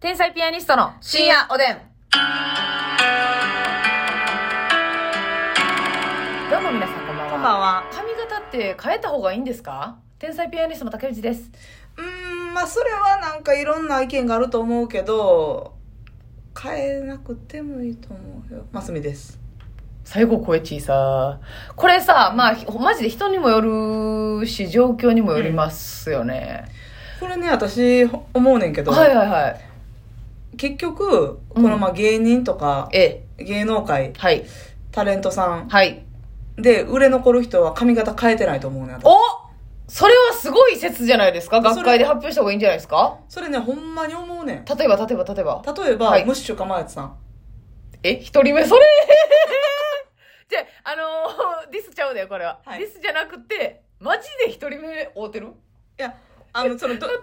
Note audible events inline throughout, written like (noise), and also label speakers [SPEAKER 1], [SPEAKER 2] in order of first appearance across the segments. [SPEAKER 1] 天才ピアニストの深夜おでん。どうも皆さんこんばんは。
[SPEAKER 2] こんばんは。
[SPEAKER 1] 髪型って変えた方がいいんですか天才ピアニストの竹内です。
[SPEAKER 2] うーん、まあそれはなんかいろんな意見があると思うけど、変えなくてもいいと思うよ。ますみです。
[SPEAKER 1] 最後声小さ。これさ、まあ、ひマジで人にもよるし、状況にもよりますよね。
[SPEAKER 2] これね、私思うねんけど、
[SPEAKER 1] はいはいはい。
[SPEAKER 2] 結局、
[SPEAKER 1] う
[SPEAKER 2] こ
[SPEAKER 1] ん
[SPEAKER 2] のまあ芸人とか、
[SPEAKER 1] え、
[SPEAKER 2] 芸能界、
[SPEAKER 1] はい。
[SPEAKER 2] タレントさん
[SPEAKER 1] はい。
[SPEAKER 2] で売れ残る人は髪型変えてないと思うねん。私
[SPEAKER 1] おそれはすごい説じゃないですか学会で発表した方がいいんじゃないですか
[SPEAKER 2] それね、ほんまに思うねん。
[SPEAKER 1] 例えば、例えば、例えば。
[SPEAKER 2] 例えば、
[SPEAKER 1] はい
[SPEAKER 2] ムッシュかまやつさん。
[SPEAKER 1] え、一人目 (laughs) それじゃあ、あのーディスちゃうだよ、これは。
[SPEAKER 2] はい
[SPEAKER 1] ディスじゃなくて、マジで一人目会うてる
[SPEAKER 2] いや、あの、その、ど
[SPEAKER 1] 例え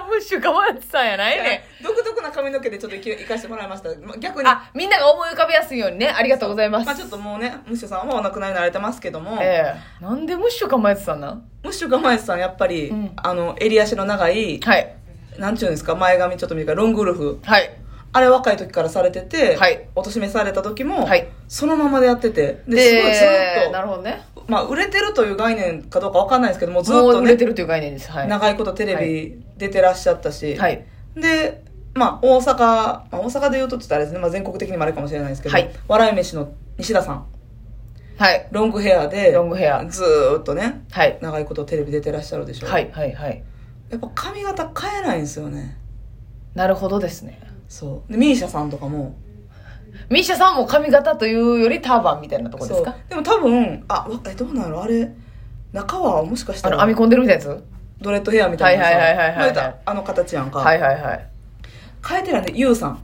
[SPEAKER 1] ば、ムッシュかまやつさんやないね。
[SPEAKER 2] 独特な髪の毛でちょっといき生かしてもらいました。まあ逆に、
[SPEAKER 1] あ、みんなが思い浮かべやすいようにね、ありがとうございます。
[SPEAKER 2] まあちょっともうね、ムッシュさんはお亡くなりになれてますけども、
[SPEAKER 1] ええなんでムッシュかまやつさんなん
[SPEAKER 2] ムッシュが前さんやっぱり、
[SPEAKER 1] うん
[SPEAKER 2] あの襟足の長い
[SPEAKER 1] はい。
[SPEAKER 2] なんちゅうんですか前髪ちょっと短いロングウルフ
[SPEAKER 1] はい。
[SPEAKER 2] あれ若い時からされてて、
[SPEAKER 1] はい
[SPEAKER 2] おとしめされた時も、
[SPEAKER 1] はい
[SPEAKER 2] そのままでやっててで
[SPEAKER 1] です
[SPEAKER 2] ごいず
[SPEAKER 1] な
[SPEAKER 2] っ
[SPEAKER 1] るほどね。
[SPEAKER 2] と、まあ、売れてるという概念かどうかわかんないですけどもずっ
[SPEAKER 1] もう
[SPEAKER 2] と
[SPEAKER 1] 売
[SPEAKER 2] ね
[SPEAKER 1] れてるという概念です。はい。は
[SPEAKER 2] 長いことテレビ出てらっしゃったし、
[SPEAKER 1] い。
[SPEAKER 2] で、まあ、大阪、まあ、大阪で言うとちょっとあれですね、まあ、全国的にもあれかもしれないですけど、
[SPEAKER 1] はい
[SPEAKER 2] 笑い飯の西田さん
[SPEAKER 1] はい。
[SPEAKER 2] ロングヘアで
[SPEAKER 1] ロングヘア
[SPEAKER 2] ずーっとね
[SPEAKER 1] はい。
[SPEAKER 2] 長いことテレビ出てらっしゃるでしょ
[SPEAKER 1] はい。はい。はい。
[SPEAKER 2] やっぱ髪型変えないんですよね
[SPEAKER 1] なるほどですね。
[SPEAKER 2] そうでミーシャさんとかも
[SPEAKER 1] ミーシャさんも髪型というよりターバンみたいなとこですか
[SPEAKER 2] そうでも多分あわえどうなのあれ中はもしかした
[SPEAKER 1] あの、
[SPEAKER 2] ら
[SPEAKER 1] 編み込んでるみたいなやつ
[SPEAKER 2] ドレッドヘアみたいなさ
[SPEAKER 1] はいはいはいはいはい
[SPEAKER 2] まあ言うたらあの形やんか、
[SPEAKER 1] はいはいはい。
[SPEAKER 2] 変えてないね YOU さん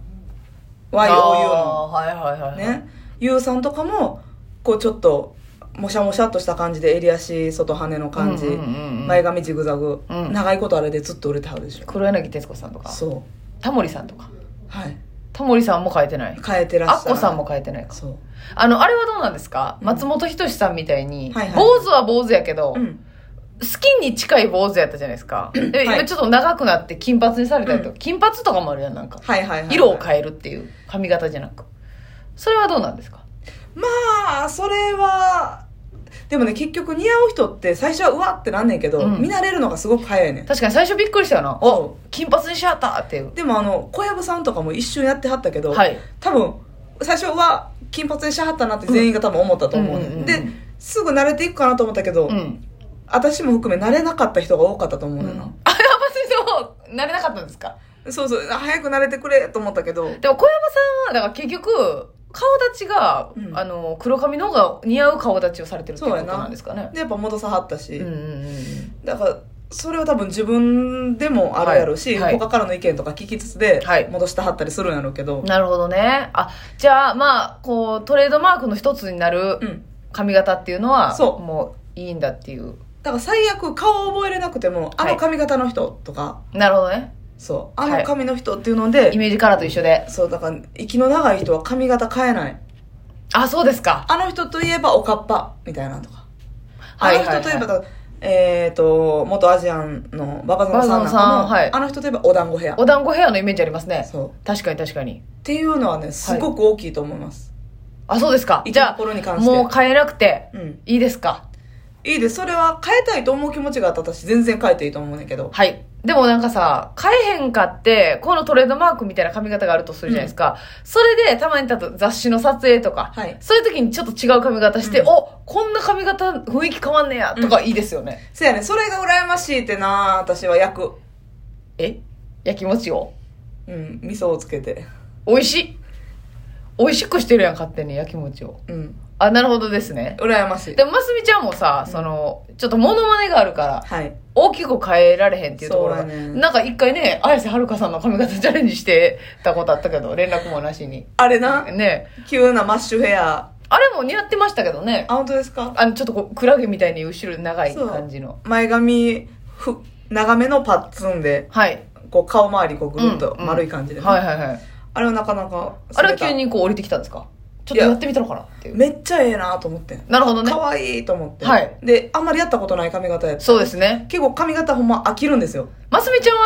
[SPEAKER 1] あ
[SPEAKER 2] YOU
[SPEAKER 1] ー
[SPEAKER 2] の
[SPEAKER 1] はいはいはいはい。
[SPEAKER 2] ね YOU さんとかもこうちょっともしゃもしゃっとした感じで襟足外羽の感じ、
[SPEAKER 1] うんうんうんうん
[SPEAKER 2] 前髪ジグザグ、
[SPEAKER 1] うん
[SPEAKER 2] 長いことあれでずっと売れてはるでしょ
[SPEAKER 1] 黒柳徹子さんとか、
[SPEAKER 2] そ
[SPEAKER 1] タモリさんとか。
[SPEAKER 2] うはい
[SPEAKER 1] タモリさんも変えてない。
[SPEAKER 2] 変えてらっし
[SPEAKER 1] ア
[SPEAKER 2] ゃ
[SPEAKER 1] ッ
[SPEAKER 2] る
[SPEAKER 1] コさんも変えてないか。
[SPEAKER 2] そう
[SPEAKER 1] あの、あれはどうなんですか、
[SPEAKER 2] うん
[SPEAKER 1] 松本人志さんみたいに、
[SPEAKER 2] はいはい
[SPEAKER 1] 坊主は坊主やけど、
[SPEAKER 2] うん
[SPEAKER 1] スキンに近い坊主やったじゃないですか。で、
[SPEAKER 2] はい
[SPEAKER 1] 今ちょっと長くなって金髪にされたりとか、金髪とかもあるやん、なんか。
[SPEAKER 2] はいはいはい、はい、
[SPEAKER 1] 色を変えるっていう、髪型じゃなく。それはどうなんですか
[SPEAKER 2] まあそれはでもね結局似合う人って最初はうわってなんねんけど、
[SPEAKER 1] うん
[SPEAKER 2] 見慣れるのがすごく早いねん
[SPEAKER 1] 確かに最初びっくりしたよな。
[SPEAKER 2] そ
[SPEAKER 1] お金髪にしやったっていう。
[SPEAKER 2] でもあの小籔さんとかも一瞬やってはったけど、
[SPEAKER 1] はい。
[SPEAKER 2] 多分最初は金髪にしはったなって全員が多分思ったと思うねん、
[SPEAKER 1] うんうんうんうん
[SPEAKER 2] ですぐ慣れていくかなと思ったけど、
[SPEAKER 1] うん。
[SPEAKER 2] 私も含め慣れなかった人が多かったと思うねん
[SPEAKER 1] あ、
[SPEAKER 2] な、
[SPEAKER 1] 山本先生も、なれなかったんですか
[SPEAKER 2] そうそうあ早く慣れてくれと思ったけど
[SPEAKER 1] でも小山さんは、だから結局、顔立ちが、
[SPEAKER 2] うん
[SPEAKER 1] あの、黒髪の方が似合う顔立ちをされてるっていう
[SPEAKER 2] そう
[SPEAKER 1] こ
[SPEAKER 2] や
[SPEAKER 1] と
[SPEAKER 2] な
[SPEAKER 1] なんですかね。
[SPEAKER 2] でやっぱ戻さはったし、
[SPEAKER 1] うんうんうんうん。
[SPEAKER 2] だからそれは多分自分でもあるやろうし、
[SPEAKER 1] はいはい
[SPEAKER 2] 他からの意見とか聞きつつで
[SPEAKER 1] はい
[SPEAKER 2] 戻したはったりするんやろうけど、
[SPEAKER 1] なるほどね。あ、じゃあ、まあ、こう、トレードマークの一つになる
[SPEAKER 2] うん
[SPEAKER 1] 髪型っていうのは、
[SPEAKER 2] そう
[SPEAKER 1] もういいんだっていう。
[SPEAKER 2] だから最悪顔を覚えれなくてもあ
[SPEAKER 1] はい
[SPEAKER 2] の髪型の人とか、
[SPEAKER 1] なるほどね。
[SPEAKER 2] そうあ
[SPEAKER 1] は
[SPEAKER 2] の
[SPEAKER 1] い
[SPEAKER 2] 髪の人っていうので、
[SPEAKER 1] イメージカラーと一緒で。
[SPEAKER 2] そうだから息の長い人は髪型変えない
[SPEAKER 1] あ、そうですか。
[SPEAKER 2] あの人といえばおかっぱみたいなのとかあ
[SPEAKER 1] はい
[SPEAKER 2] の人といえば、
[SPEAKER 1] は
[SPEAKER 2] えっ、と元アジアンのババゾノさんな
[SPEAKER 1] ババゾ
[SPEAKER 2] ん
[SPEAKER 1] ノさ
[SPEAKER 2] か
[SPEAKER 1] ん
[SPEAKER 2] も、
[SPEAKER 1] はい
[SPEAKER 2] あの人といえばお団子ヘア
[SPEAKER 1] お団子ヘアのイメージありますね。
[SPEAKER 2] そうっ
[SPEAKER 1] 確かに確かに。
[SPEAKER 2] ていうのはねすごく大きいと思います、
[SPEAKER 1] あ、そうですか。
[SPEAKER 2] 生き
[SPEAKER 1] じゃ
[SPEAKER 2] 心に
[SPEAKER 1] あ、
[SPEAKER 2] 関して
[SPEAKER 1] もう変えなくて、
[SPEAKER 2] うん
[SPEAKER 1] いいですか。
[SPEAKER 2] いいです。それは変えたいと思う気持ちがあった私、全然変えていいと思うねんけど。
[SPEAKER 1] はい。でもなんかさ、変えへんかって、このトレードマークみたいな髪型があるとするじゃないですか。それで、たまにたと雑誌の撮影とか、
[SPEAKER 2] はい
[SPEAKER 1] そういう時にちょっと違う髪型して、
[SPEAKER 2] うん
[SPEAKER 1] おこんな髪型雰囲気変わんねや、とかいいですよね。
[SPEAKER 2] せやねん、それが羨ましいってな私は焼く。
[SPEAKER 1] えやきもちを
[SPEAKER 2] うん、味噌をつけて。
[SPEAKER 1] 美味しい美味しくしてるやん、勝手にやきもちを。
[SPEAKER 2] うん、
[SPEAKER 1] あ、なるほどですね。
[SPEAKER 2] 羨ましい。
[SPEAKER 1] でも、ますみちゃんもさ、その、ちょっとモノマネがあるから、
[SPEAKER 2] はい。
[SPEAKER 1] 大きく変えられへんっていうところが、
[SPEAKER 2] そうだね
[SPEAKER 1] なんか一回ね、綾瀬はるかさんの髪型チャレンジしてたことあったけど、連絡もなしに。
[SPEAKER 2] あれな、
[SPEAKER 1] ね
[SPEAKER 2] 急なマッシュヘア。
[SPEAKER 1] あれも似合ってましたけどね。
[SPEAKER 2] あ、本当ですか
[SPEAKER 1] あの、ちょっとこう、クラゲみたいに後ろ長い感じの。
[SPEAKER 2] 前髪、ふ、長めのパッツンで、
[SPEAKER 1] はい。
[SPEAKER 2] こう顔周りこうぐるっと
[SPEAKER 1] うんうん
[SPEAKER 2] 丸い感じでね、
[SPEAKER 1] はいはいはい。
[SPEAKER 2] あれはなかなか、
[SPEAKER 1] あれは急。にこう降りてきたんですかちょっとやってみたのかなっていう。
[SPEAKER 2] めっちゃええなと思ってん
[SPEAKER 1] なるほどね。
[SPEAKER 2] 可愛、いいと思って、
[SPEAKER 1] はい
[SPEAKER 2] であんまりやったことない髪型やった
[SPEAKER 1] そうですね。
[SPEAKER 2] 結構髪型ほんま飽きるんですよ
[SPEAKER 1] ますみちゃんは、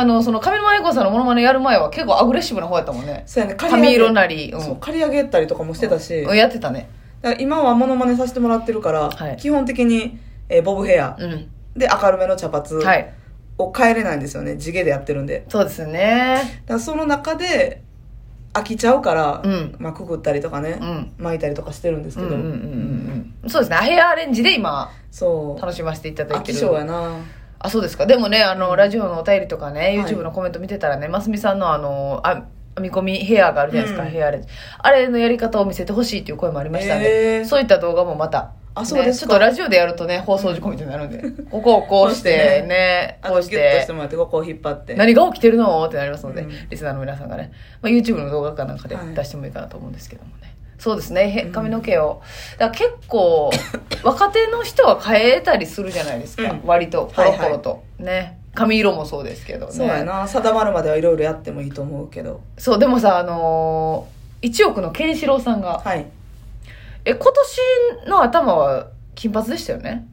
[SPEAKER 1] あの、その、上沼恵子さんのモノマネやる前は結構アグレッシブな方やったもんね。
[SPEAKER 2] そうやね刈り上げ
[SPEAKER 1] 髪色なり、うん
[SPEAKER 2] そう刈り上げたりとかもしてたし、
[SPEAKER 1] うんやってたね。
[SPEAKER 2] だから今はモノマネさせてもらってるから、
[SPEAKER 1] はい
[SPEAKER 2] 基本的に、えーボブヘア
[SPEAKER 1] うん。
[SPEAKER 2] で明るめの茶髪
[SPEAKER 1] はい。
[SPEAKER 2] を変えれないんですよね地毛でやってるんで
[SPEAKER 1] そうですね。
[SPEAKER 2] だからその中で飽きちゃうから、
[SPEAKER 1] うん
[SPEAKER 2] まあ、くぐったりとかね、
[SPEAKER 1] うん。
[SPEAKER 2] 巻いたりとかしてるんです
[SPEAKER 1] うん
[SPEAKER 2] け
[SPEAKER 1] う
[SPEAKER 2] ど、
[SPEAKER 1] んうんうん。そうですね。ヘアアレンジで今、
[SPEAKER 2] そう
[SPEAKER 1] 楽しませていただい
[SPEAKER 2] 飽
[SPEAKER 1] て
[SPEAKER 2] き
[SPEAKER 1] る。
[SPEAKER 2] 性やな
[SPEAKER 1] あ、そうですか。でもね、あの、ラジオのお便りとかね、
[SPEAKER 2] はい
[SPEAKER 1] YouTube のコメント見てたらね、ますみさんのあの、あ編み込みヘアがあるじゃないですか、
[SPEAKER 2] うん
[SPEAKER 1] ヘアアレンジ。あれのやり方を見せてほしいっていう声もありました
[SPEAKER 2] へ
[SPEAKER 1] ね。
[SPEAKER 2] ー
[SPEAKER 1] そういった動画もまた。
[SPEAKER 2] あ
[SPEAKER 1] ね
[SPEAKER 2] そうですか
[SPEAKER 1] ちょっとラジオでやるとね、放送事故みたいになるんで。ここをこうし
[SPEAKER 2] こうして
[SPEAKER 1] て、
[SPEAKER 2] ね
[SPEAKER 1] ね、
[SPEAKER 2] あ
[SPEAKER 1] こう
[SPEAKER 2] の
[SPEAKER 1] し
[SPEAKER 2] ギュッとして
[SPEAKER 1] て。
[SPEAKER 2] もらってここを引っ張って
[SPEAKER 1] 何が起きてるのってなりますので、
[SPEAKER 2] うん
[SPEAKER 1] リスナーの皆さんがね、まあ、YouTube の動画かなんかで
[SPEAKER 2] はい
[SPEAKER 1] 出してもいいかなと思うんですけどもね、そうですねへ
[SPEAKER 2] うん
[SPEAKER 1] 髪の毛を、だから結
[SPEAKER 2] (coughs)
[SPEAKER 1] 構若手の人は変えたりするじゃないですか、
[SPEAKER 2] うん
[SPEAKER 1] 割とコロコロと、ね髪色もそうですけどね
[SPEAKER 2] そうやな定まるまではいろいろやってもいいと思うけど
[SPEAKER 1] そうでもさあのー、1億のケンシロウさんが
[SPEAKER 2] はい
[SPEAKER 1] え今年の頭は金髪でしたよね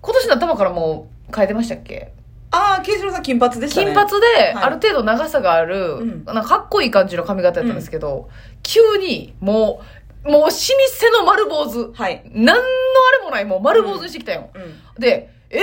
[SPEAKER 1] 今年の頭からもう変えてましたっけ
[SPEAKER 2] ああ慶次郎さん金髪でしたね
[SPEAKER 1] 金髪で
[SPEAKER 2] い
[SPEAKER 1] ある程度長さがある、
[SPEAKER 2] うん
[SPEAKER 1] なんかかっこいい感じの髪型やったんですけど、急にもう、もう老舗の丸坊主。
[SPEAKER 2] はい、
[SPEAKER 1] なんのあれもない、もう丸坊主にしてきたよ。
[SPEAKER 2] うん
[SPEAKER 1] で、ええ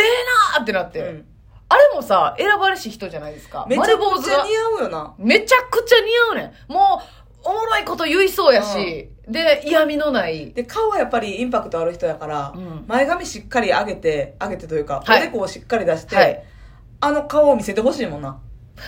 [SPEAKER 1] なーってなって、
[SPEAKER 2] うん、
[SPEAKER 1] あれもさ、選ばれし人じゃないですか。
[SPEAKER 2] めちゃ
[SPEAKER 1] 丸坊
[SPEAKER 2] く
[SPEAKER 1] 主
[SPEAKER 2] ちゃ
[SPEAKER 1] が
[SPEAKER 2] 似。合うよな
[SPEAKER 1] めちゃくちゃ似合うねん。もう、おもろいこと言いそうやし、で、嫌味のない。
[SPEAKER 2] で顔はやっぱりインパクトある人やから、
[SPEAKER 1] うん
[SPEAKER 2] 前髪しっかり上げて上げてというか、
[SPEAKER 1] はい
[SPEAKER 2] おでこをしっかり出して、
[SPEAKER 1] はい。
[SPEAKER 2] あの顔を見せてほしいもんな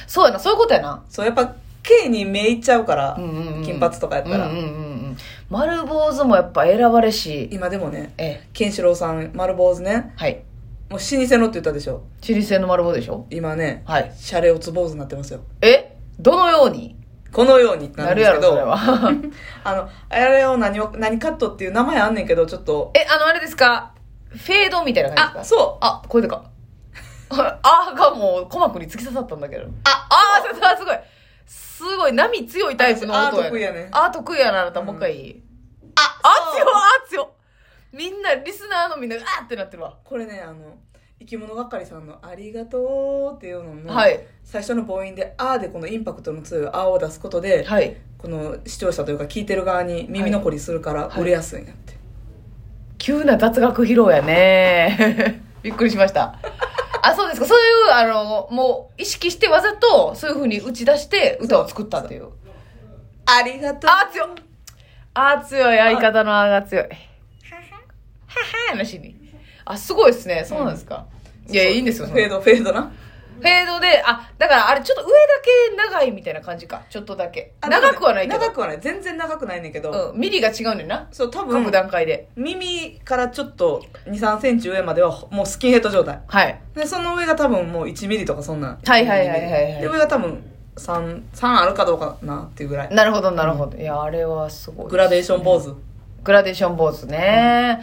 [SPEAKER 1] そうやな、そういうことやな。
[SPEAKER 2] そうやっぱ K に目いっちゃうから、
[SPEAKER 1] うんうんうん
[SPEAKER 2] 金髪とかやったら、
[SPEAKER 1] うんうんうんうん。丸坊主もやっぱ選ばれし、
[SPEAKER 2] 今でもね
[SPEAKER 1] ええ、
[SPEAKER 2] ケンシロウさん丸坊主ね
[SPEAKER 1] はい。
[SPEAKER 2] もう老舗のって言ったでしょ
[SPEAKER 1] チリ製の丸棒でしょ
[SPEAKER 2] 今ね
[SPEAKER 1] はい。
[SPEAKER 2] シャレオツ坊主になってますよ
[SPEAKER 1] えどのように
[SPEAKER 2] このようにって
[SPEAKER 1] な
[SPEAKER 2] なん
[SPEAKER 1] る
[SPEAKER 2] です
[SPEAKER 1] や
[SPEAKER 2] け
[SPEAKER 1] ろ、それ
[SPEAKER 2] ど
[SPEAKER 1] は。 (laughs)
[SPEAKER 2] あのあれを何を何カットっていう名前あんねんけどちょっと
[SPEAKER 1] え、あの、あれですかフェードみたいな感じ
[SPEAKER 2] あ
[SPEAKER 1] ですか
[SPEAKER 2] そう
[SPEAKER 1] あ、これでか。 (laughs) あがもう鼓膜に突き刺さったんだけど。あ、あー、さすがすごい。すごい、波強いタイプの音や、
[SPEAKER 2] あー得意やね
[SPEAKER 1] あー、得意やな、あなた、
[SPEAKER 2] うん
[SPEAKER 1] もう一回。
[SPEAKER 2] あ
[SPEAKER 1] あ、
[SPEAKER 2] そう
[SPEAKER 1] 強いあ、強いみんな、リスナーのみんなが、あーってなってるわ。
[SPEAKER 2] これねあの生き物係さんの「ありがとう」っていうのも、
[SPEAKER 1] はい。
[SPEAKER 2] 最初の母音で「あ」でこのインパクトの強い「あ」を出すことで
[SPEAKER 1] はい。
[SPEAKER 2] この視聴者というか聞いてる側に耳残りするから
[SPEAKER 1] はい
[SPEAKER 2] 売れやすいんやって、
[SPEAKER 1] 急な雑学披露やね (laughs) びっくりしましたあそうですかそういうあのもう意識してわざとそういうふうに打ち出して歌を作ったっていう
[SPEAKER 2] ありがとう
[SPEAKER 1] あー強いあー強い相方のあーが強いはははなしにあすごいですねそうなんですか、いやいいんですよそ
[SPEAKER 2] フ
[SPEAKER 1] の
[SPEAKER 2] ェードフェードな
[SPEAKER 1] フェードであだからあれちょっと上だけ長いみたいな感じかちょっとだけ
[SPEAKER 2] あ
[SPEAKER 1] 長くはないけど
[SPEAKER 2] 長くはない全然長くないねんけど、
[SPEAKER 1] うん、ミリが違うねんな
[SPEAKER 2] そう多分
[SPEAKER 1] 各段階で、
[SPEAKER 2] 耳からちょっと2 3センチ上まではほもうスキンヘッド状態
[SPEAKER 1] はい
[SPEAKER 2] でその上が多分もう1ミリとかそんなん
[SPEAKER 1] はいはいはいはいはい
[SPEAKER 2] で上が多分 3, 三あるかどうかなっていうぐらい
[SPEAKER 1] なるほどなるほど、いやあれはすごい
[SPEAKER 2] グラデーション坊主、
[SPEAKER 1] グラデーション坊主ね、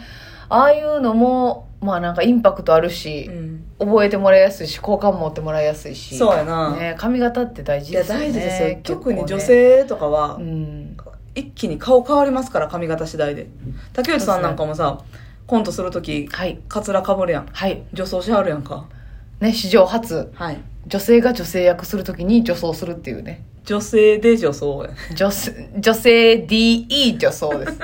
[SPEAKER 1] ああいうのもまあなんかインパクトあるし、
[SPEAKER 2] うん
[SPEAKER 1] 覚えてもらいやすいし好感持ってもらいやすいし
[SPEAKER 2] そうやな、
[SPEAKER 1] ね、髪型って大事
[SPEAKER 2] い
[SPEAKER 1] で
[SPEAKER 2] や
[SPEAKER 1] すよね
[SPEAKER 2] 大事ですよ、特に女
[SPEAKER 1] 結
[SPEAKER 2] 性とか
[SPEAKER 1] 構
[SPEAKER 2] は
[SPEAKER 1] ねうん
[SPEAKER 2] 一気に顔変わりますから髪型次第で竹内さんなんかもさ、コントする時
[SPEAKER 1] はい
[SPEAKER 2] カツラかぶるやん
[SPEAKER 1] はい
[SPEAKER 2] 女装しはるやんか
[SPEAKER 1] ね史上初
[SPEAKER 2] はい
[SPEAKER 1] 女性が女性役するときに女装するっていうね
[SPEAKER 2] 女性で女装や
[SPEAKER 1] 女
[SPEAKER 2] (laughs)
[SPEAKER 1] 性女性 DE 女装です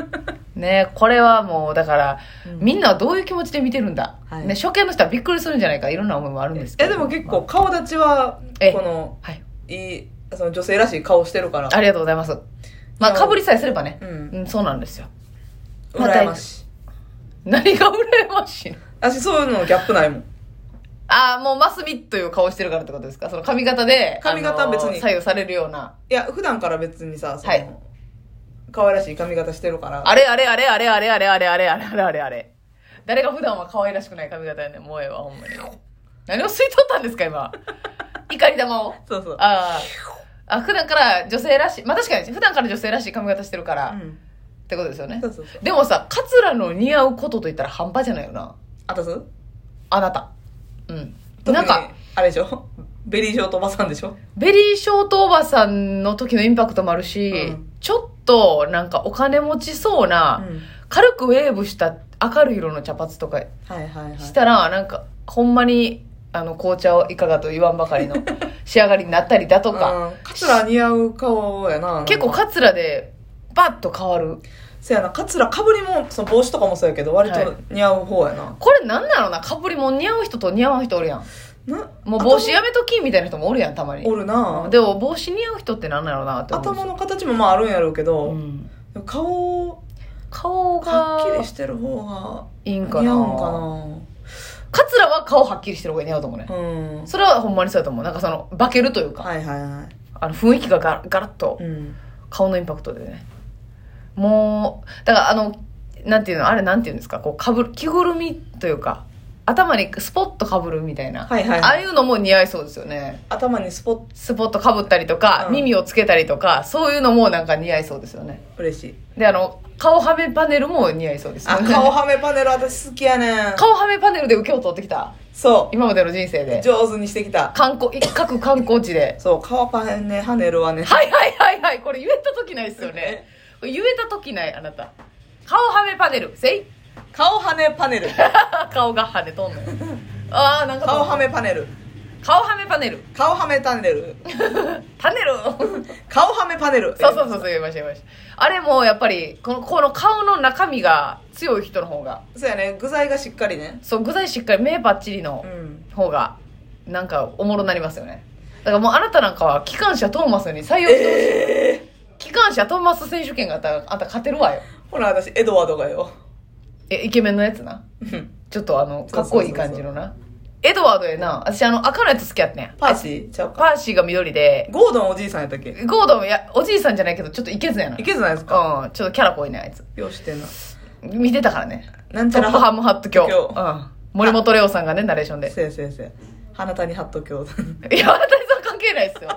[SPEAKER 1] ねこれはもうだから、
[SPEAKER 2] うん
[SPEAKER 1] みんなはどういう気持ちで見てるんだ、
[SPEAKER 2] はい
[SPEAKER 1] ね、初見の人はびっくりするんじゃないかいろんな思いもあるんですけ
[SPEAKER 2] え
[SPEAKER 1] ど
[SPEAKER 2] でも結構顔立ちは
[SPEAKER 1] え
[SPEAKER 2] この
[SPEAKER 1] はい
[SPEAKER 2] いいその女性らしい顔してるから
[SPEAKER 1] ありがとうございます。まあ、
[SPEAKER 2] いや
[SPEAKER 1] かぶりさえすればね
[SPEAKER 2] う。ん
[SPEAKER 1] うん、そうなんですよ。また
[SPEAKER 2] 羨ましい
[SPEAKER 1] 何が羨ましいの
[SPEAKER 2] 私そういうのギャップないもん
[SPEAKER 1] ああ、もうマスミという顔してるからってことですかその髪型で。
[SPEAKER 2] 髪型は別に
[SPEAKER 1] あの左右されるような。
[SPEAKER 2] いや普段から別にさその、
[SPEAKER 1] はい
[SPEAKER 2] 可愛らしい髪型してるから
[SPEAKER 1] あれあれあれあれあれあれあれあれあれあれあれあれ。誰が普段は可愛らしくない髪型やねん。もうええわ、ほんまに。何を吸い取ったんですか、今。 (laughs) 怒り玉を。
[SPEAKER 2] そうそう
[SPEAKER 1] ああ。あ、普段から女性らしい。まあ確かに、普段から女性らしい髪型してるから。
[SPEAKER 2] う
[SPEAKER 1] っ
[SPEAKER 2] ん
[SPEAKER 1] てことですよね
[SPEAKER 2] そ。うそうそう
[SPEAKER 1] でもさ、カツラの似合うことといったら半端じゃないよな。
[SPEAKER 2] あたす
[SPEAKER 1] あなた。うん。
[SPEAKER 2] 特に
[SPEAKER 1] なんか、
[SPEAKER 2] あれでしょ (laughs) ベリーショートおばさんでしょ
[SPEAKER 1] ベリーショートおばさんの時のインパクトもあるし、
[SPEAKER 2] うん
[SPEAKER 1] ちょっとなんかお金持ちそうな、
[SPEAKER 2] うん
[SPEAKER 1] 軽くウェーブした明るい色の茶髪とか
[SPEAKER 2] はいはいはい
[SPEAKER 1] したら、なんかほんまにあの紅茶をいかがと言わんばかり
[SPEAKER 2] (laughs)
[SPEAKER 1] の仕上がりになったりだとか、
[SPEAKER 2] うんカツラ似合う顔やな
[SPEAKER 1] 結構カツラでバッと変わる
[SPEAKER 2] せやなカツラかぶりもその帽子とかもそうやけど割
[SPEAKER 1] はい
[SPEAKER 2] と似合う方やな,、
[SPEAKER 1] これなんなのなかぶりも似合う人と似合わん人おるやん
[SPEAKER 2] な
[SPEAKER 1] もう帽子やめときみたいな人もおるやんたまに
[SPEAKER 2] おるな
[SPEAKER 1] でも帽子似合う人ってなんなのなって思う
[SPEAKER 2] 頭の形もまああるんやろうけど、
[SPEAKER 1] うん
[SPEAKER 2] でも顔
[SPEAKER 1] 顔が
[SPEAKER 2] はっきりしてる方
[SPEAKER 1] いいん
[SPEAKER 2] が
[SPEAKER 1] か
[SPEAKER 2] 似
[SPEAKER 1] な
[SPEAKER 2] 合うんか
[SPEAKER 1] カツラは顔はっきりしてる方が似合うと思うね、
[SPEAKER 2] なうん
[SPEAKER 1] それはほんまにそうやと思うなんかその化けるというか、
[SPEAKER 2] はいはいは
[SPEAKER 1] あの雰囲気がガガラッと
[SPEAKER 2] い、うん、
[SPEAKER 1] 顔のインパクトでねもうだからあのなんていうのあれなんていうんですかこうかぶる着ぐるみというか頭にスポッとかぶるみたいな、
[SPEAKER 2] はいはいはい
[SPEAKER 1] ああいうのも似合いそうですよね
[SPEAKER 2] 頭にスポッ
[SPEAKER 1] スポッとかぶったりとか、
[SPEAKER 2] うん
[SPEAKER 1] 耳をつけたりとかそういうのもなんか似合いそうですよね
[SPEAKER 2] 嬉しい
[SPEAKER 1] であの顔はめパネルも似合いそうです
[SPEAKER 2] あ
[SPEAKER 1] よね
[SPEAKER 2] 顔はめパネル私好きやねん
[SPEAKER 1] (laughs) 顔はめパネルで受けを取ってきた
[SPEAKER 2] そ
[SPEAKER 1] 今までの人生
[SPEAKER 2] う
[SPEAKER 1] で
[SPEAKER 2] 上手にしてきた
[SPEAKER 1] 観光い各観光地で
[SPEAKER 2] そう顔パネハネルはね
[SPEAKER 1] はいはいはいはいこれ言えた時ないですよね言えた時ないあなた顔はめパネルせい (laughs)
[SPEAKER 2] 顔はめパネル
[SPEAKER 1] 顔が跳ねとんのよああなんか
[SPEAKER 2] 顔はめパネル
[SPEAKER 1] 顔はめパネル
[SPEAKER 2] 顔はめパネル
[SPEAKER 1] パ
[SPEAKER 2] (laughs)
[SPEAKER 1] ネルそう
[SPEAKER 2] 顔はめパネル
[SPEAKER 1] そうそうそう言いました言いましたあれもやっぱりこのこの顔の中身が強い人の方が
[SPEAKER 2] そうやね具材がしっかりね
[SPEAKER 1] そう具材しっかり目パッチリの
[SPEAKER 2] うん
[SPEAKER 1] 方がなんかおもろなりますよねだからもうあなたなんかは機関車トーマスに採用してほしい、機関車トーマス選手権があったらあんた勝てるわよ
[SPEAKER 2] ほら私エドワードがよ
[SPEAKER 1] えイケメンのやつな
[SPEAKER 2] うん
[SPEAKER 1] ちょっとあのかっこいい感じのなエドワードやな私あの赤のやつ好きやってん
[SPEAKER 2] パー
[SPEAKER 1] シ
[SPEAKER 2] シーちゃうか
[SPEAKER 1] パーシーが緑で
[SPEAKER 2] ゴードンおじいさんやったっけ
[SPEAKER 1] ゴードンいやおじいさんじゃないけどちょっとイケズやなう
[SPEAKER 2] い
[SPEAKER 1] ん
[SPEAKER 2] けずないですか
[SPEAKER 1] ちょっとキャラ濃いねあいつ
[SPEAKER 2] ようしてんな
[SPEAKER 1] 見てたからね
[SPEAKER 2] なんち
[SPEAKER 1] ト
[SPEAKER 2] ゃ
[SPEAKER 1] ッ
[SPEAKER 2] ら
[SPEAKER 1] プハムハット教
[SPEAKER 2] 教
[SPEAKER 1] うん森本レオさんがねナレーションで
[SPEAKER 2] せやせやせや鼻谷ハット教
[SPEAKER 1] いや、私は関係ないですよ。